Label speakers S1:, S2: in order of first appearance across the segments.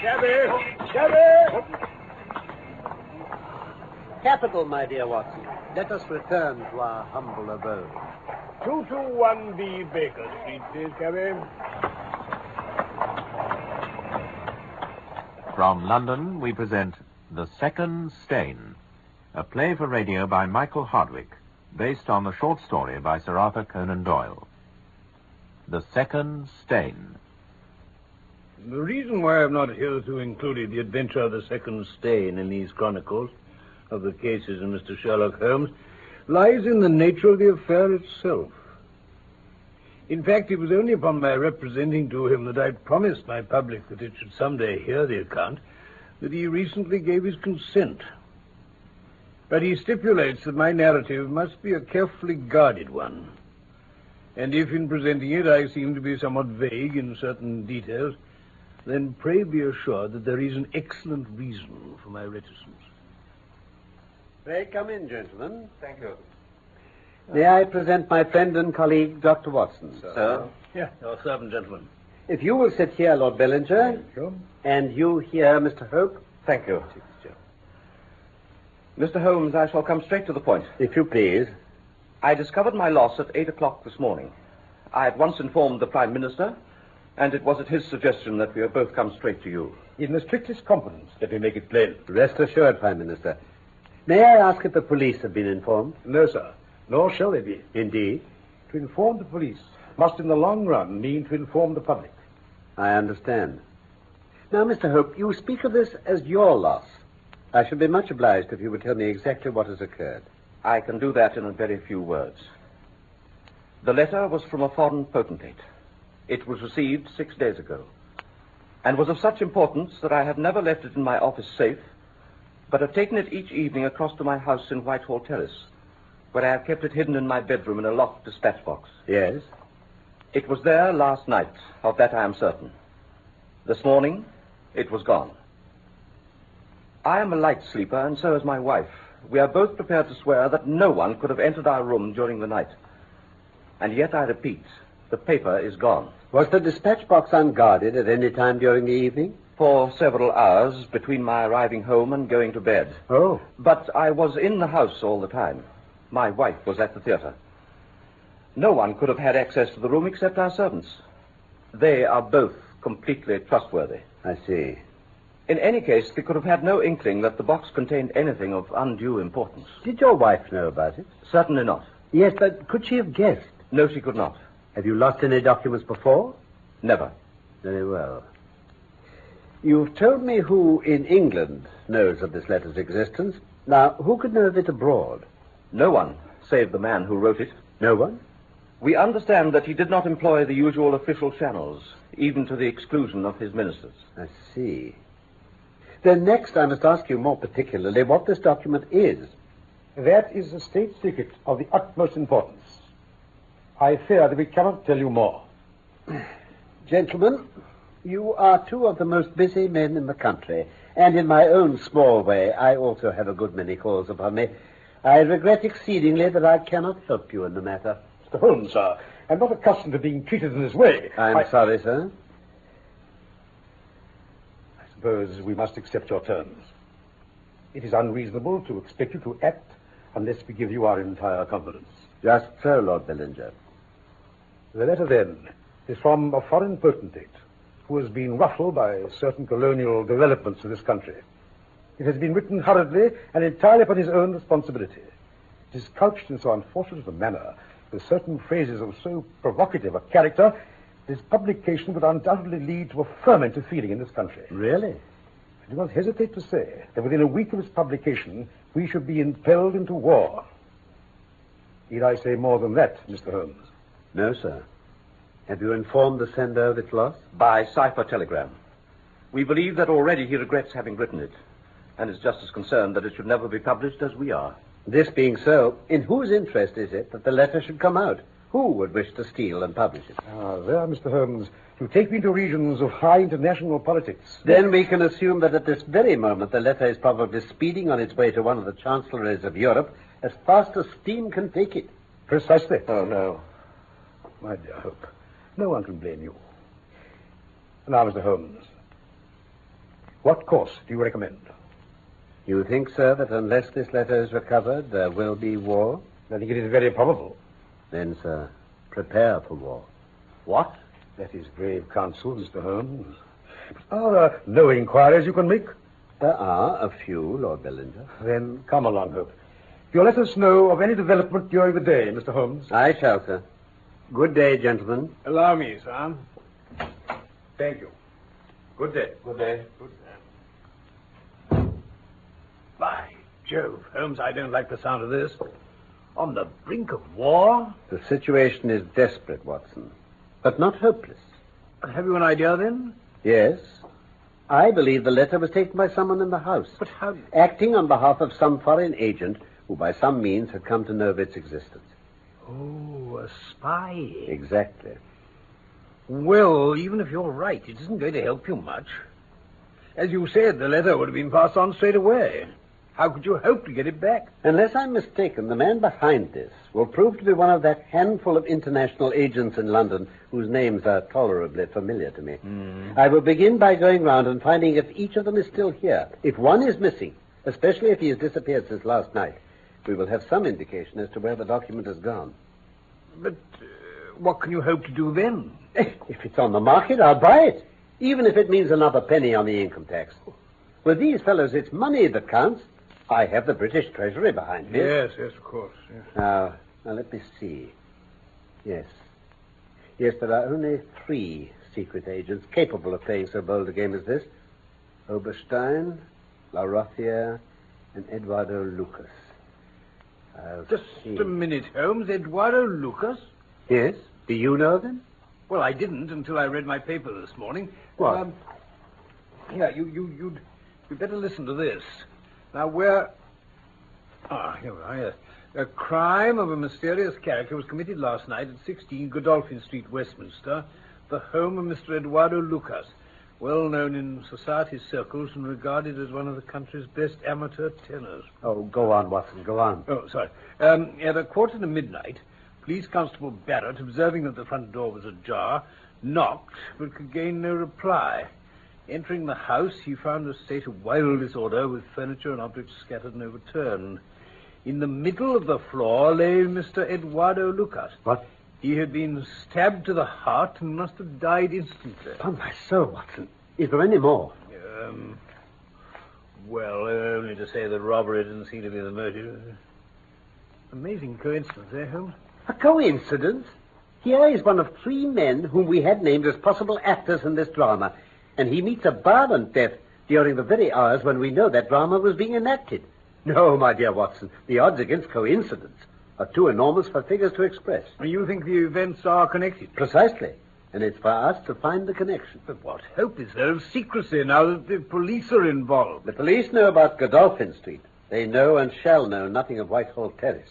S1: Chevy! Chevy!
S2: Capital, my dear Watson. Let us return to our humble abode.
S1: 221B Baker Street, please, Chevy.
S3: From London, we present The Second Stain, a play for radio by Michael Hardwick, based on the short story by Sir Arthur Conan Doyle. The Second Stain.
S4: The reason why I've not hitherto included the adventure of the second stain in these chronicles of the cases of Mr. Sherlock Holmes lies in the nature of the affair itself. In fact, it was only upon my representing to him that I promised my public that it should someday hear the account that he recently gave his consent. But he stipulates that my narrative must be a carefully guarded one. And if in presenting it I seem to be somewhat vague in certain details, then pray be assured that there is an excellent reason for my reticence.
S2: Pray come in, gentlemen.
S5: Thank you.
S2: May I present my friend and colleague, Dr. Watson, sir.
S4: Yeah, your servant, gentlemen.
S2: If you will sit here, Lord Bellinger,
S4: Sure.
S2: and you here, Mr. Hope,
S5: Thank you. Mr. Holmes, I shall come straight to the point.
S2: if you please.
S5: I discovered my loss at 8 o'clock this morning. I at once informed the Prime Minister, and it was at his suggestion that we have both come straight to you.
S4: In the strictest confidence, let me make it plain.
S2: Rest assured, Prime Minister. May I ask if the police have been informed?
S4: No, sir. Nor shall they be.
S2: Indeed.
S4: To inform the police must, in the long run, mean to inform the public.
S2: I understand. Now, Mr. Hope, you speak of this as your loss. I should be much obliged if you would tell me exactly what has occurred.
S5: I can do that in a very few words. The letter was from a foreign potentate. It was received six days ago, and was of such importance that I have never left it in my office safe, but have taken it each evening across to my house in Whitehall Terrace, where I have kept it hidden in my bedroom in a locked dispatch box.
S2: Yes?
S5: It was there last night, of that I am certain. This morning, it was gone. I am a light sleeper, and so is my wife. We are both prepared to swear that no one could have entered our room during the night. And yet, I repeat, the paper is gone.
S2: Was the dispatch box unguarded at any time during the evening?
S5: For several hours between my arriving home and going to bed.
S2: Oh.
S5: But I was in the house all the time. My wife was at the theater. No one could have had access to the room except our servants. They are both completely trustworthy.
S2: I see.
S5: In any case, they could have had no inkling that the box contained anything of undue importance.
S2: Did your wife know about it?
S5: Certainly not.
S2: Yes, but could she have guessed?
S5: No, she could not.
S2: Have you lost any documents before?
S5: Never.
S2: Very well. You've told me who in England knows of this letter's existence. Now, who could know of it abroad?
S5: No one, save the man who wrote it.
S2: No one?
S5: We understand that he did not employ the usual official channels, even to the exclusion of his ministers.
S2: I see. Then next, I must ask you more particularly what this document is.
S6: That is a state secret of the utmost importance. I fear that we cannot tell you more.
S2: Gentlemen, you are two of the most busy men in the country, and in my own small way, I also have a good many calls upon me. I regret exceedingly that I cannot help you in the matter.
S6: Mr. Holmes, sir, I'm not accustomed to being treated in this way.
S2: I'm
S6: I,
S2: sorry, sir.
S6: I suppose we must accept your terms. It is unreasonable to expect you to act unless we give you our entire confidence.
S2: Just so, Lord Bellinger.
S6: The letter, then, is from a foreign potentate who has been ruffled by certain colonial developments in this country. It has been written hurriedly and entirely upon his own responsibility. It is couched in so unfortunate a manner, with certain phrases of so provocative a character, that its publication would undoubtedly lead to a ferment of feeling in this country.
S2: Really?
S6: I do not hesitate to say that within a week of its publication, we should be impelled into war. Need I say more than that, Mr. Holmes?
S2: No, sir. Have you informed the sender of its loss?
S5: By cipher telegram. We believe that already he regrets having written it, and is just as concerned that it should never be published as we are.
S2: This being so, in whose interest is it that the letter should come out? Who would wish to steal and publish it?
S6: Ah, there, Mr. Holmes. You take me into regions of high international politics.
S2: Then we can assume that at this very moment the letter is probably speeding on its way to one of the chancelleries of Europe as fast as steam can take it.
S6: Precisely.
S5: Oh, no.
S6: My dear Hope, no one can blame you. Now, Mr. Holmes, What course do you recommend?
S2: You think, sir, that unless this letter is recovered, there will be war?
S6: I think it is very probable.
S2: Then, sir, prepare for war.
S7: What?
S6: That is grave counsel, Mr. Holmes. But are there no inquiries you can make?
S2: There are a few, Lord Belinda.
S6: Then come along, Hope. You'll let us know of any development during the day, Mr. Holmes.
S2: I shall, sir. Good day, gentlemen.
S4: Allow me, sir.
S6: Thank you. Good day.
S7: Good day.
S4: By Jove, Holmes, I don't like the sound of this. On the brink of war?
S2: The situation is desperate, Watson, but not hopeless.
S4: Have you an idea then?
S2: Yes. I believe the letter was taken by someone in the house,
S4: But how?
S2: acting on behalf of some foreign agent who, by some means, had come to know of its existence.
S4: Oh, a spy.
S2: Exactly.
S4: Well, even if you're right, it isn't going to help you much. As you said, the letter would have been passed on straight away. How could you hope to get it back?
S2: Unless I'm mistaken, the man behind this will prove to be one of that handful of international agents in London whose names are tolerably familiar to me. I will begin by going round and finding if each of them is still here. If one is missing, especially if he has disappeared since last night, we will have some indication as to where the document has gone.
S4: But uh, what can you hope to do then?
S2: If it's on the market, I'll buy it, even if it means another penny on the income tax. With these fellows, it's money that counts. I have the British Treasury behind me.
S4: yes, of course. Yes.
S2: Now, now let me see. Yes. Yes, there are only three secret agents capable of playing so bold a game as this. Oberstein, La Rothier, and Eduardo Lucas. I'll
S4: Just
S2: see.
S4: a minute, Holmes. Eduardo Lucas?
S2: Yes? Do you know them?
S4: Well, I didn't until I read my paper this morning.
S2: What?
S4: Um, yeah, you, you, you'd, you'd better listen to this. Now, where. Ah, here we are, yes. A crime of a mysterious character was committed last night at 16 Godolphin Street, Westminster, the home of Mr. Eduardo Lucas, well known in society circles and regarded as one of the country's best amateur tenors.
S2: Oh, go on, Watson, go on.
S4: Oh, sorry. Um, at a quarter to midnight, Police Constable Barrett, observing that the front door was ajar, knocked but could gain no reply. Entering the house, he found a state of wild disorder with furniture and objects scattered and overturned. In the middle of the floor lay Mr. Eduardo Lucas.
S2: What?
S4: He had been stabbed to the heart and must have died instantly.
S2: Upon my soul, Watson. Is there any more?
S4: Um, well, only to say that robbery didn't seem to be the motive. Amazing coincidence, eh, Holmes?
S2: A coincidence? Here is one of three men whom we had named as possible actors in this drama, and he meets a violent death during the very hours when we know that drama was being enacted. No, my dear Watson, the odds against coincidence are too enormous for figures to express.
S4: You think the events are connected?
S2: Precisely. And it's for us to find the connection.
S4: But what hope is there of secrecy now that the police are involved?
S2: The police know about Godolphin Street. They know and shall know nothing of Whitehall Terrace.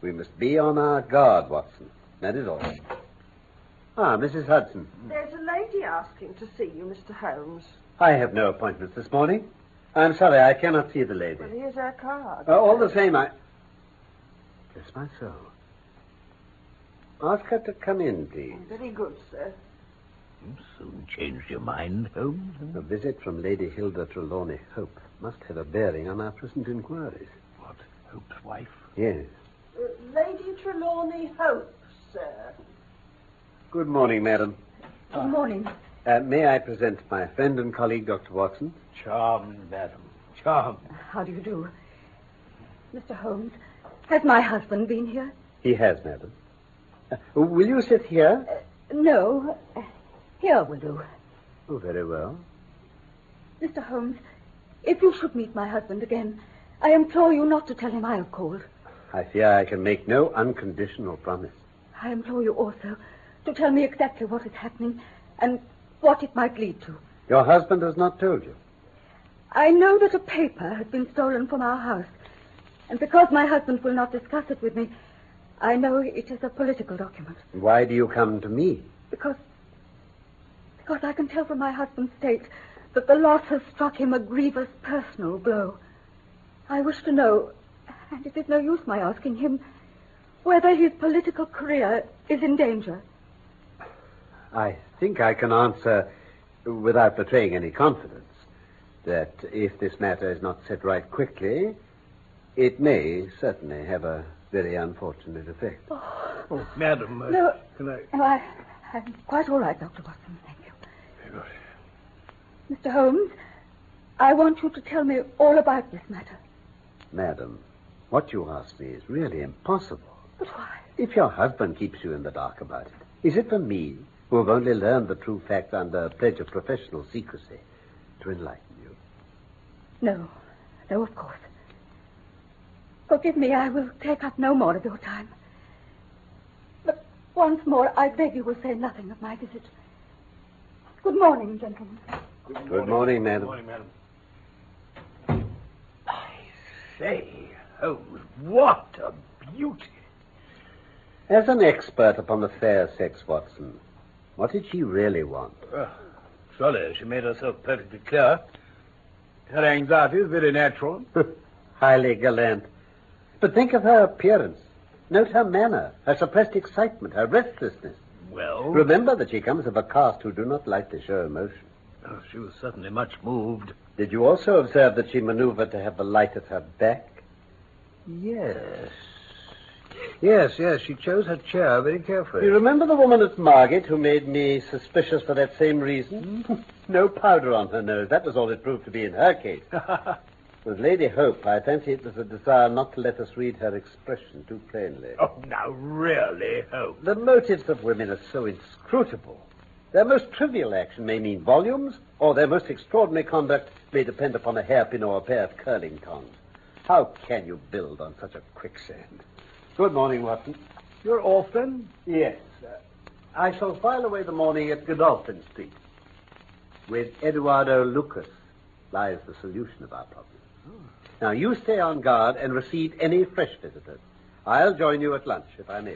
S2: We must be on our guard, Watson. That is all. Ah, Mrs. Hudson.
S8: Hmm. There's a lady asking to see you, Mr. Holmes.
S2: I have no appointments this morning. I'm sorry, I cannot see the lady.
S8: Well, here's her card.
S2: Uh, all the same, I. Bless my soul. Ask her to come in, please.
S8: Very good, sir.
S4: You soon changed your mind, Holmes.
S2: A visit from Lady Hilda Trelawney Hope must have a bearing on our present inquiries.
S4: What? Hope's wife?
S2: Yes.
S8: Uh, Lady Trelawney Hope, sir.
S2: Good morning, madam.
S9: Good morning.
S2: Uh, may I present my friend and colleague, Dr. Watson?
S4: Charmed, madam. Charmed.
S9: How do you do? Mr. Holmes, has my husband been here?
S2: He has, madam. Uh, will you sit here?
S9: No. Here will do.
S2: Oh, very well.
S9: Mr. Holmes, if you should meet my husband again, I implore you not to tell him I have called.
S2: I fear I can make no unconditional promise.
S9: I implore you also to tell me exactly what is happening and what it might lead to.
S2: Your husband has not told you.
S9: I know that a paper has been stolen from our house, and because my husband will not discuss it with me, I know it is a political document.
S2: Why do you come to me?
S9: Because. Because I can tell from my husband's state that the loss has struck him a grievous personal blow. I wish to know, and it is no use my asking him, whether his political career is in danger.
S2: I think I can answer without betraying any confidence that if this matter is not set right quickly, it may certainly have a very unfortunate effect.
S1: Oh, madam, uh,
S9: No.
S1: can I...
S9: No, I, I'm quite all right, Dr. Watson. Thank you. Mr. Holmes, I want you to tell me all about this matter.
S2: Madam, what you ask me is really impossible.
S9: But why?
S2: If your husband keeps you in the dark about it, is it for me, who have only learned the true fact under pledge of professional secrecy, to enlighten you?
S9: No, no, of course. Forgive me, I will take up no more of your time. But once more, I beg you will say nothing of my visit. Good morning, gentlemen.
S2: Good morning, madam.
S1: Good morning, madam. I say,
S6: oh,
S1: Holmes, what a beauty.
S2: As an expert upon the fair sex, Watson, what did she really want?
S1: Surely she made herself perfectly clear. Her anxiety is very natural.
S2: Highly gallant. But think of her appearance. Note her manner, her suppressed excitement, her restlessness.
S1: Well,
S2: Remember that she comes of a caste who do not like to show emotion.
S1: oh, she was certainly much moved.
S2: Did you also observe that she maneuvered to have the light at her back?
S1: Yes. Yes, yes, she chose her chair very carefully.
S2: You remember the woman at Margate who made me suspicious for that same reason? no powder on her nose. That was all it proved to be in her case. With Lady Hope, I fancy it was a desire not to let us read her expression too plainly.
S1: Oh, now really, Holmes.
S2: The motives of women are so inscrutable. Their most trivial action may mean volumes, or their most extraordinary conduct may depend upon a hairpin or a pair of curling tongs. How can you build on such a quicksand? Good morning, Watson.
S1: You're off then?
S2: Yes. sir. I shall file away the morning at Godolphin Street. With Eduardo Lucas lies the solution of our problem. Now, you stay on guard and receive any fresh visitors. I'll join you at lunch, if I may.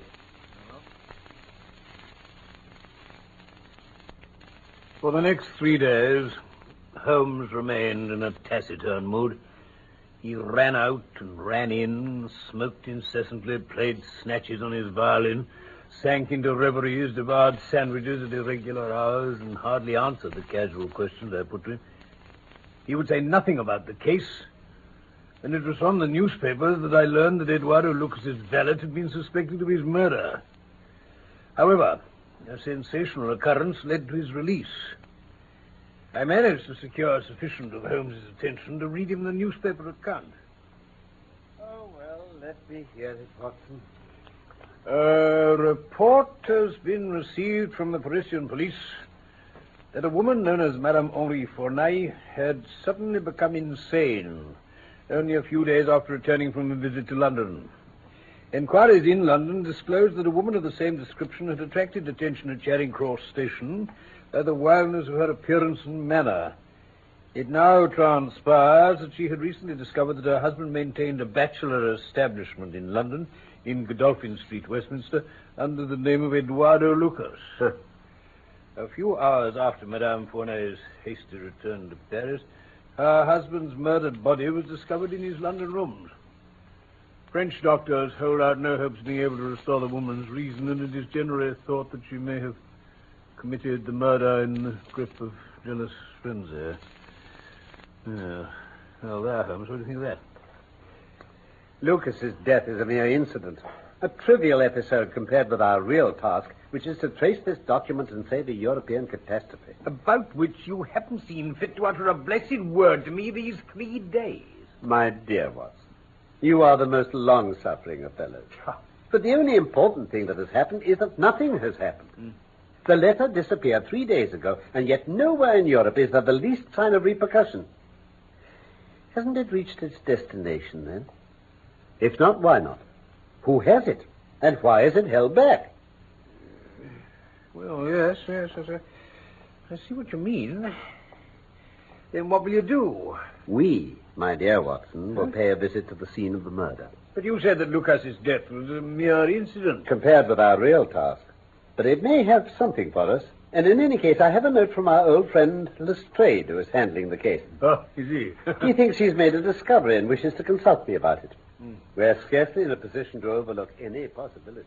S4: For the next three days, Holmes remained in a taciturn mood. He ran out and ran in, smoked incessantly, played snatches on his violin, sank into reveries, devoured sandwiches at irregular hours, and hardly answered the casual questions I put to him. He would say nothing about the case, and it was from the newspapers that I learned that Eduardo Lucas's valet had been suspected of his murder. However, a sensational occurrence led to his release. I managed to secure sufficient of Holmes's attention to read him the newspaper account.
S2: Oh, well, let me hear it, Watson.
S4: A report has been received from the Parisian police that a woman known as Madame Henri Fournay had suddenly become insane only a few days after returning from a visit to London. Inquiries in London disclosed that a woman of the same description had attracted attention at Charing Cross Station by the wildness of her appearance and manner. It now transpires that she had recently discovered that her husband maintained a bachelor establishment in London, in Godolphin Street, Westminster, under the name of Eduardo Lucas. a few hours after Madame Fournet's hasty return to Paris, her husband's murdered body was discovered in his London rooms. French doctors hold out no hopes of being able to restore the woman's reason, and it is generally thought that she may have committed the murder in the grip of jealous frenzy. Yeah. Well, there, Holmes, what do you think of that?
S2: Lucas's death is a mere incident, a trivial episode compared with our real task, which is to trace this document and save a European catastrophe.
S1: About which you haven't seen fit to utter a blessed word to me these three days.
S2: My dear Watson, you are the most long suffering of fellows. But the only important thing that has happened is that nothing has happened. The letter disappeared three days ago, and yet nowhere in Europe is there the least sign of repercussion. Hasn't it reached its destination, then? If not, why not? Who has it? And why is it held back?
S1: Well, yes, yes, yes. yes. I see what you mean. Then what will you do?
S2: We, my dear Watson, will pay a visit to the scene of the murder.
S1: But you said that Lucas's death was a mere incident.
S2: compared with our real task. But it may have something for us. And in any case, I have a note from our old friend Lestrade, who is handling the case.
S1: Oh, is he?
S2: He thinks he's made a discovery and wishes to consult me about it. We're scarcely in a position to overlook any possibility.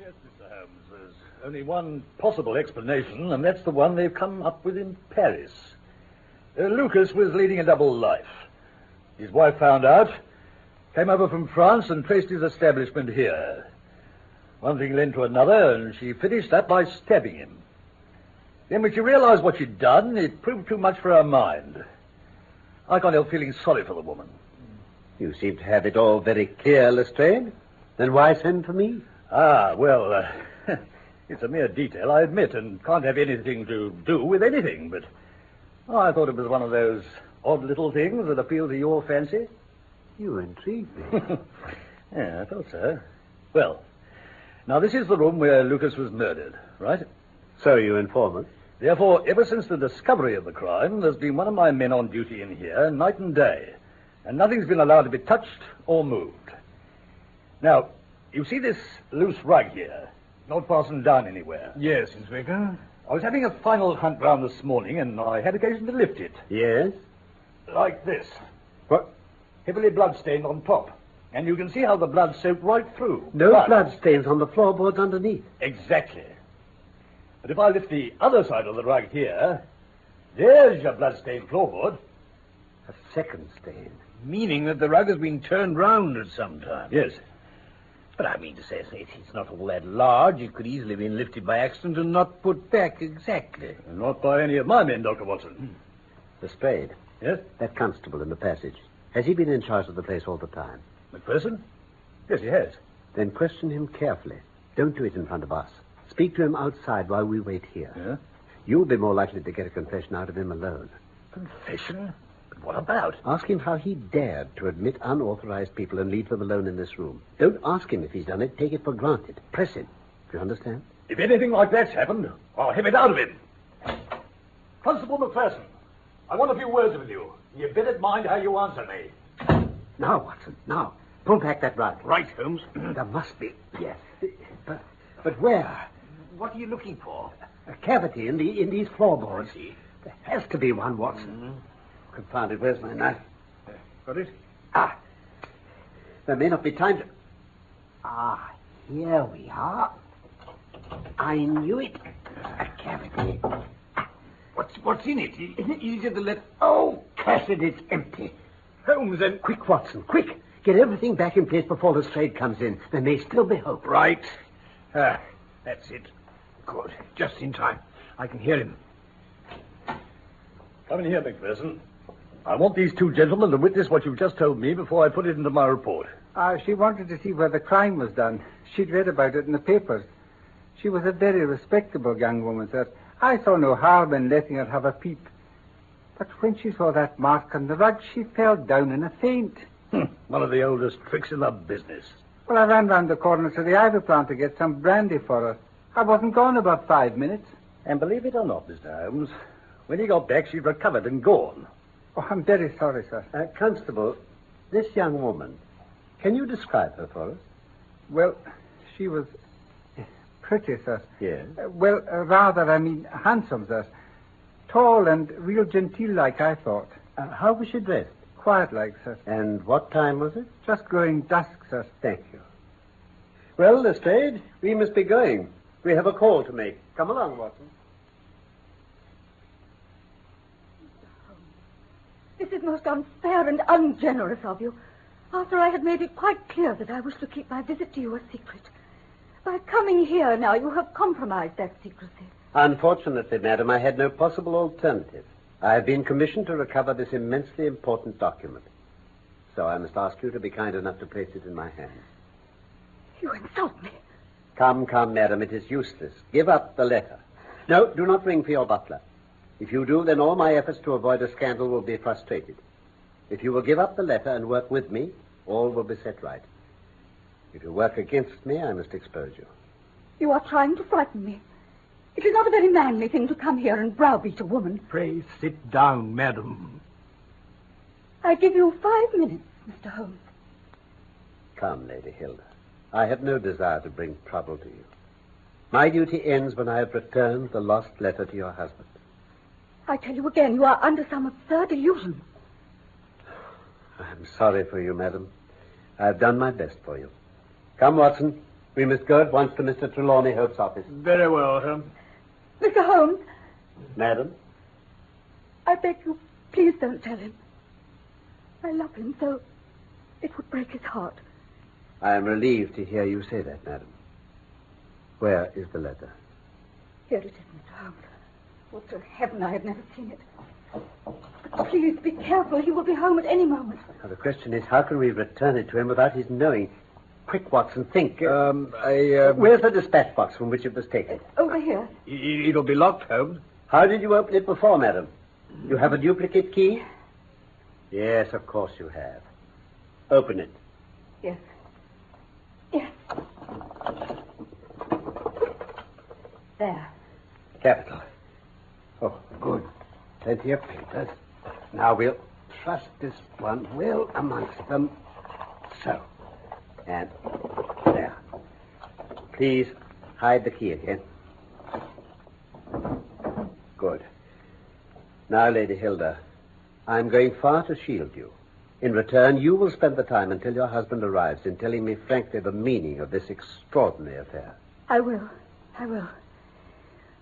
S6: Yes, Mr. Holmes, there's only one possible explanation, and that's the one they've come up with in Paris. Uh, Lucas was leading a double life. His wife found out, came over from France, and placed his establishment here. One thing led to another, and she finished that by stabbing him. Then, when she realized what she'd done, it proved too much for her mind. I can't help feeling sorry for the woman.
S2: You seem to have it all very clear, Lestrade. Then why send for me?
S6: Ah, well, uh, it's a mere detail, I admit, and can't have anything to do with anything, but I thought it was one of those odd little things that appeal to your fancy.
S2: You intrigue me.
S6: yeah, I thought so. Well, now this is the room where Lucas was murdered, right?
S2: so you inform us.
S6: Therefore, ever since the discovery of the crime, there's been one of my men on duty in here night and day, and nothing's been allowed to be touched or moved. Now, you see this loose rug here, not fastened down anywhere.
S4: Yes, Inspector.
S6: I was having a final hunt round this morning, and I had occasion to lift it,
S2: Yes?
S6: like this,
S10: What?
S6: heavily bloodstained on top. And you can see how the blood soaked right through.
S2: No
S6: But-
S2: blood stains on the floorboards underneath.
S6: Exactly. But if I lift the other side of the rug here, there's your bloodstained floorboard.
S2: A second stain.
S4: Meaning that the rug has been turned round at some time.
S6: Yes.
S4: Ah, But I mean to say, it- it's not all that large. It could easily have been lifted by accident and not put back exactly. Hmm.
S6: Not by any of my men, Dr. Watson.
S2: Lestrade,
S6: Yes?
S2: that constable in the passage, has he been in charge of the place all the time?
S6: McPherson? Yes, he has.
S2: Then question him carefully. Don't do it in front of us. Speak to him outside while we wait here.
S6: Yeah?
S2: You'll be more likely to get a confession out of him alone.
S6: Confession? But what about?
S2: Ask him how he dared to admit unauthorized people and leave them alone in this room. Don't ask him if he's done it. Take it for granted. Press him. Do you understand?
S6: If anything like that's happened, I'll have it out of him. Constable McPherson, I want a few words with you. You better mind how you answer me.
S2: Now, Watson, now. Pull back that rug.
S4: Right, Holmes.
S2: Mm, There must be. Yes. But, but where?
S4: What are you looking for?
S2: A cavity in, the, in these floorboards.
S4: I see. Mm-hmm.
S2: There has to be one, Watson. Confound it. Where's my knife?
S4: Uh, Got it?
S2: Ah. There may not be time to. Ah, here we are. I knew it. A cavity.
S4: What's, what's in it? Is it easier to let.
S2: Oh, curse it, it's empty.
S4: Holmes, then.
S2: Quick, Watson, quick. Get everything back in place before the trade comes in. There may still be hope.
S4: Right. Ah, that's it. Good. Just in time. I can hear him.
S6: Come in here, McPherson. I want these two gentlemen to witness what you've just told me before I put it into my report.
S5: Uh, she wanted to see where the crime was done. She'd read about it in the papers. She was a very respectable young woman, sir. I saw no harm in letting her have a peep. But when she saw that mark on the rug, she fell down in a faint.
S6: One of the oldest tricks in the business.
S5: Well, I ran round the corner to the ivy plant to get some brandy for her. I wasn't gone about five minutes.
S6: And believe it or not, Mr. Holmes, when he got back, she'd recovered and gone.
S5: Oh, I'm very sorry, sir.
S2: Uh, Constable, this young woman, can you describe her for us?
S5: Well, she was pretty, sir.
S2: Yes.
S5: Uh, well, uh, rather, I mean, handsome, sir. Tall and real genteel like I thought.
S2: Uh, how was she dressed?
S5: Quiet like, sir.
S2: And what time was it?
S5: Just growing dusk, sir.
S2: Thank you. Well, Lestrade, we must be going. We have a call to make. Come along, Watson.
S9: This is most unfair and ungenerous of you. After I had made it quite clear that I wished to keep my visit to you a secret. By coming here now, you have compromised that secrecy.
S2: Unfortunately, madam, I had no possible alternative. I have been commissioned to recover this immensely important document. So I must ask you to be kind enough to place it in my hands.
S9: You insult me.
S2: Come, come, madam, it is useless. Give up the letter. No, do not ring for your butler. If you do, then all my efforts to avoid a scandal will be frustrated. If you will give up the letter and work with me, all will be set right. If you work against me, I must expose you.
S9: You are trying to frighten me. It is not a very manly thing to come here and browbeat a woman.
S4: Pray sit down, madam.
S9: I give you five minutes, Mr. Holmes.
S2: Come, Lady Hilda. I have no desire to bring trouble to you. My duty ends when I have returned the lost letter to your husband.
S9: I tell you again, you are under some absurd illusion.
S2: I'm sorry for you, madam. I've done my best for you. Come, Watson. We must go at once to Mr. Trelawney Hope's office.
S1: Very well, Holmes.
S9: Mr. Holmes,
S2: Madam?
S9: I beg you, please don't tell him. I love him so. It would break his heart.
S2: I am relieved to hear you say that, madam. Where is the letter?
S9: Here it is, Mr. Holmes. Would to heaven I had never seen it. But please be careful. He will be home at any moment.
S2: Now, the question is, how can we return it to him without his knowing? Quick, Watson, think.
S1: Um, I, uh,
S2: Where's the dispatch box from which it was taken?
S9: Over here.
S1: it- it'll be locked, Holmes.
S2: How did you open it before, madam? You have a duplicate key? Yes, of course you have. Open it.
S9: Yes. Yes. There.
S2: Capital. Oh, good. Plenty of papers. Now we'll trust this one well amongst them. So. And there. Please hide the key again. Good. Now, Lady Hilda, I'm going far to shield you. In return, you will spend the time until your husband arrives in telling me frankly the meaning of this extraordinary affair.
S9: I will. I will.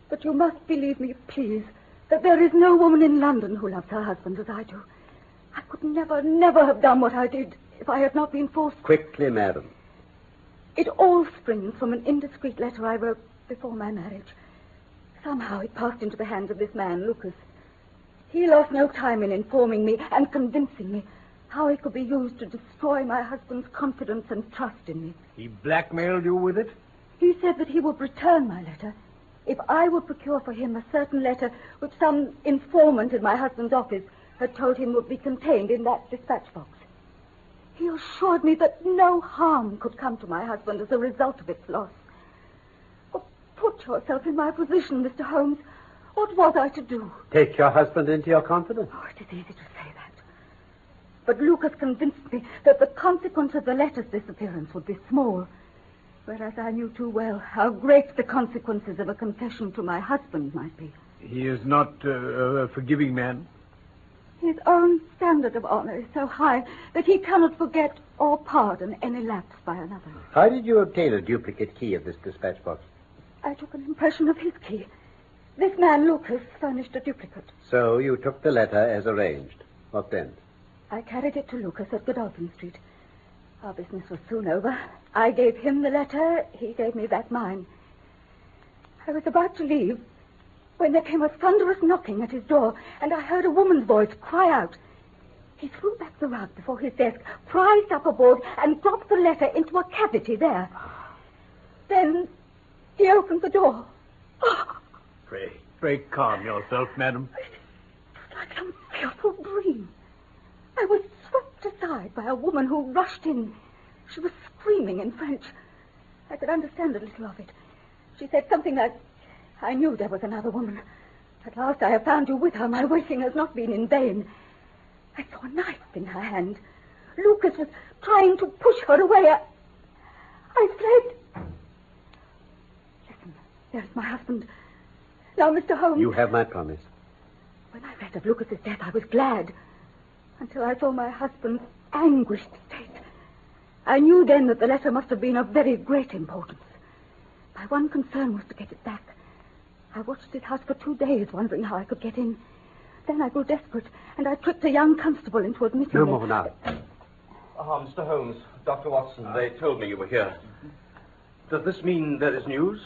S9: But you must believe me, please, that there is no woman in London who loves her husband as I do. I could never, never have done what I did if I had not been forced.
S2: Quickly, madam.
S9: It all springs from an indiscreet letter I wrote before my marriage. Somehow it passed into the hands of this man, Lucas. He lost no time in informing me and convincing me how it could be used to destroy my husband's confidence and trust in me.
S1: He blackmailed you with it?
S9: He said that he would return my letter if I would procure for him a certain letter which some informant in my husband's office had told him would be contained in that dispatch box. He assured me that no harm could come to my husband as a result of its loss. Oh, put yourself in my position, Mr. Holmes. What was I to do?
S2: Take your husband into your confidence.
S9: Oh, it is easy to say that. But Lucas convinced me that the consequence of the letter's disappearance would be small, whereas I knew too well how great the consequences of a confession to my husband might be.
S1: He is not uh, a forgiving man.
S9: His own standard of honor is so high that he cannot forget or pardon any lapse by another.
S2: How did you obtain a duplicate key of this dispatch box?
S9: I took an impression of his key. This man, Lucas, furnished a duplicate.
S2: So you took the letter as arranged. What then?
S9: I carried it to Lucas at Godolphin Street. Our business was soon over. I gave him the letter, he gave me back mine. I was about to leave when there came a thunderous knocking at his door, and I heard a woman's voice cry out. He threw back the rug before his desk, prized up a board, and dropped the letter into a cavity there. Then he opened the door. Oh,
S1: Pray, pray calm yourself, madam.
S9: was like some fearful dream. I was swept aside by a woman who rushed in. She was screaming in French. I could understand a little of it. She said something like, I knew there was another woman. At last I have found you with her. My waiting has not been in vain. I saw a knife in her hand. Lucas was trying to push her away. I, I fled. Listen, there's my husband. Now, Mr. Holmes.
S2: You have my promise.
S9: When I read of Lucas's death, I was glad. Until I saw my husband's anguished state. I knew then that the letter must have been of very great importance. My one concern was to get it back. I watched his house for two days, wondering how I could get in. Then I grew desperate, and I tricked a young constable into admitting
S2: No
S9: me.
S2: more now.
S5: Ah, Mr. Holmes, Dr. Watson, they told me you were here. Does this mean there is news?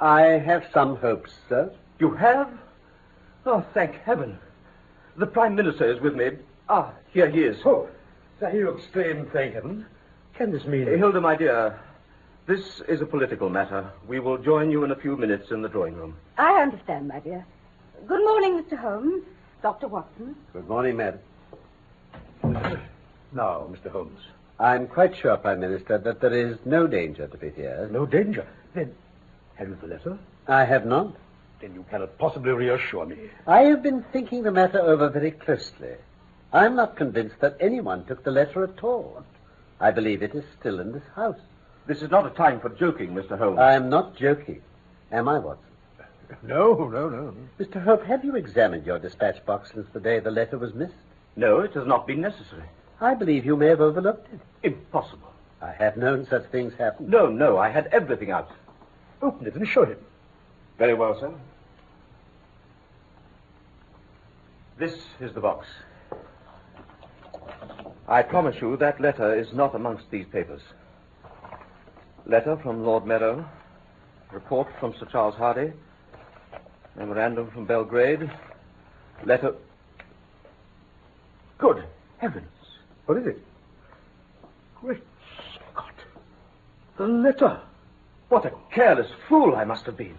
S2: I have some hopes, sir.
S5: You have? Oh, thank heaven. The Prime Minister is with me. Ah, here he is.
S6: Oh, there you exclaim, thank heaven. Can this mean...
S5: Hilda, my dear, this is a political matter. We will join you in a few minutes in the drawing room.
S9: I understand, my dear. Good morning, Mr. Holmes. Dr. Watson.
S2: Good morning, madam.
S6: Now, Mr. Holmes.
S2: I'm quite sure, Prime Minister, that there is no danger to be feared.
S6: No danger. Then, have you the letter?
S2: I have none.
S6: Then you cannot possibly reassure me.
S2: I have been thinking the matter over very closely. I'm not convinced that anyone took the letter at all. I believe it is still in this house.
S5: This is not a time for joking, Mr. Holmes.
S2: I am not joking. Am I, Watson?
S1: No, no, no.
S2: Mr. Hope, have you examined your dispatch box since the day the letter was missed?
S5: no, it has not been necessary.
S2: I believe you may have overlooked it.
S5: Impossible.
S2: I have known such things happen.
S5: No, no, I had everything out.
S6: Open it and show him.
S5: Very well, sir. This is the box. I promise you that letter is not amongst these papers. Letter from Lord Meadow, report from Sir Charles Hardy, memorandum from Belgrade, letter. Good heavens.
S6: What is it?
S5: Great Scott. The letter. What a careless fool I must have been.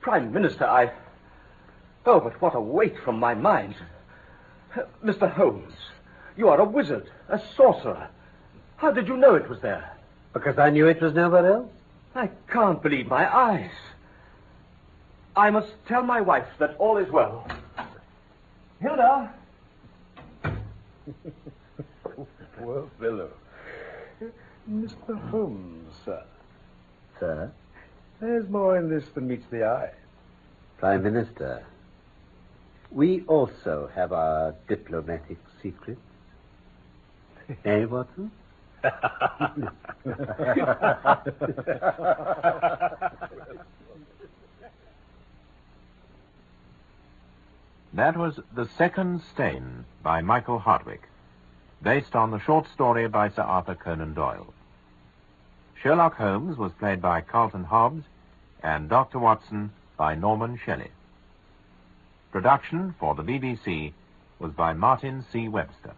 S5: Prime Minister, I. Oh, but what a weight from my mind. Mr. Holmes, you are a wizard, a sorcerer. How did you know it was there?
S2: Because I knew it was nowhere else.
S5: I can't believe my eyes. I must tell my wife that all is well. Hilda!
S6: Poor fellow. Mr. Holmes, sir.
S2: Sir,
S6: There's more in this than meets the eye.
S2: Prime Minister, we also have our diplomatic secrets. eh, Watson?
S3: That was The Second Stain by Michael Hardwick, based on the short story by Sir Arthur Conan Doyle. Sherlock Holmes was played by Carlton Hobbs and Dr. Watson by Norman Shelley. Production for the BBC was by Martin C. Webster.